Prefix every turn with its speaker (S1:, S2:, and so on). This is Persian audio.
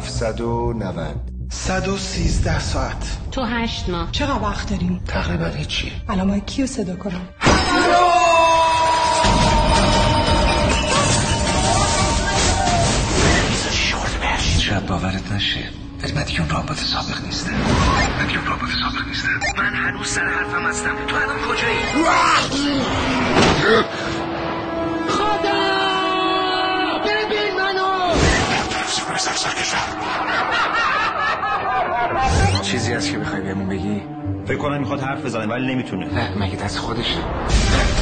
S1: 6790
S2: 113 ساعت
S3: تو هشت ماه
S4: چقدر وقت داریم
S2: تقریبا هیچی
S4: الان باید کیو صدا کنم
S2: شاید باورت نشه ولی من دیگه اون رابط سابق نیستم من دیگه اون رابط سابق نیستم من هنوز سر حرفم هستم تو الان کجایی چیزی هست که بخوای بهمون بگی
S5: فکر کنم میخواد حرف بزنه ولی نمیتونه
S2: نه مگه دست خودشه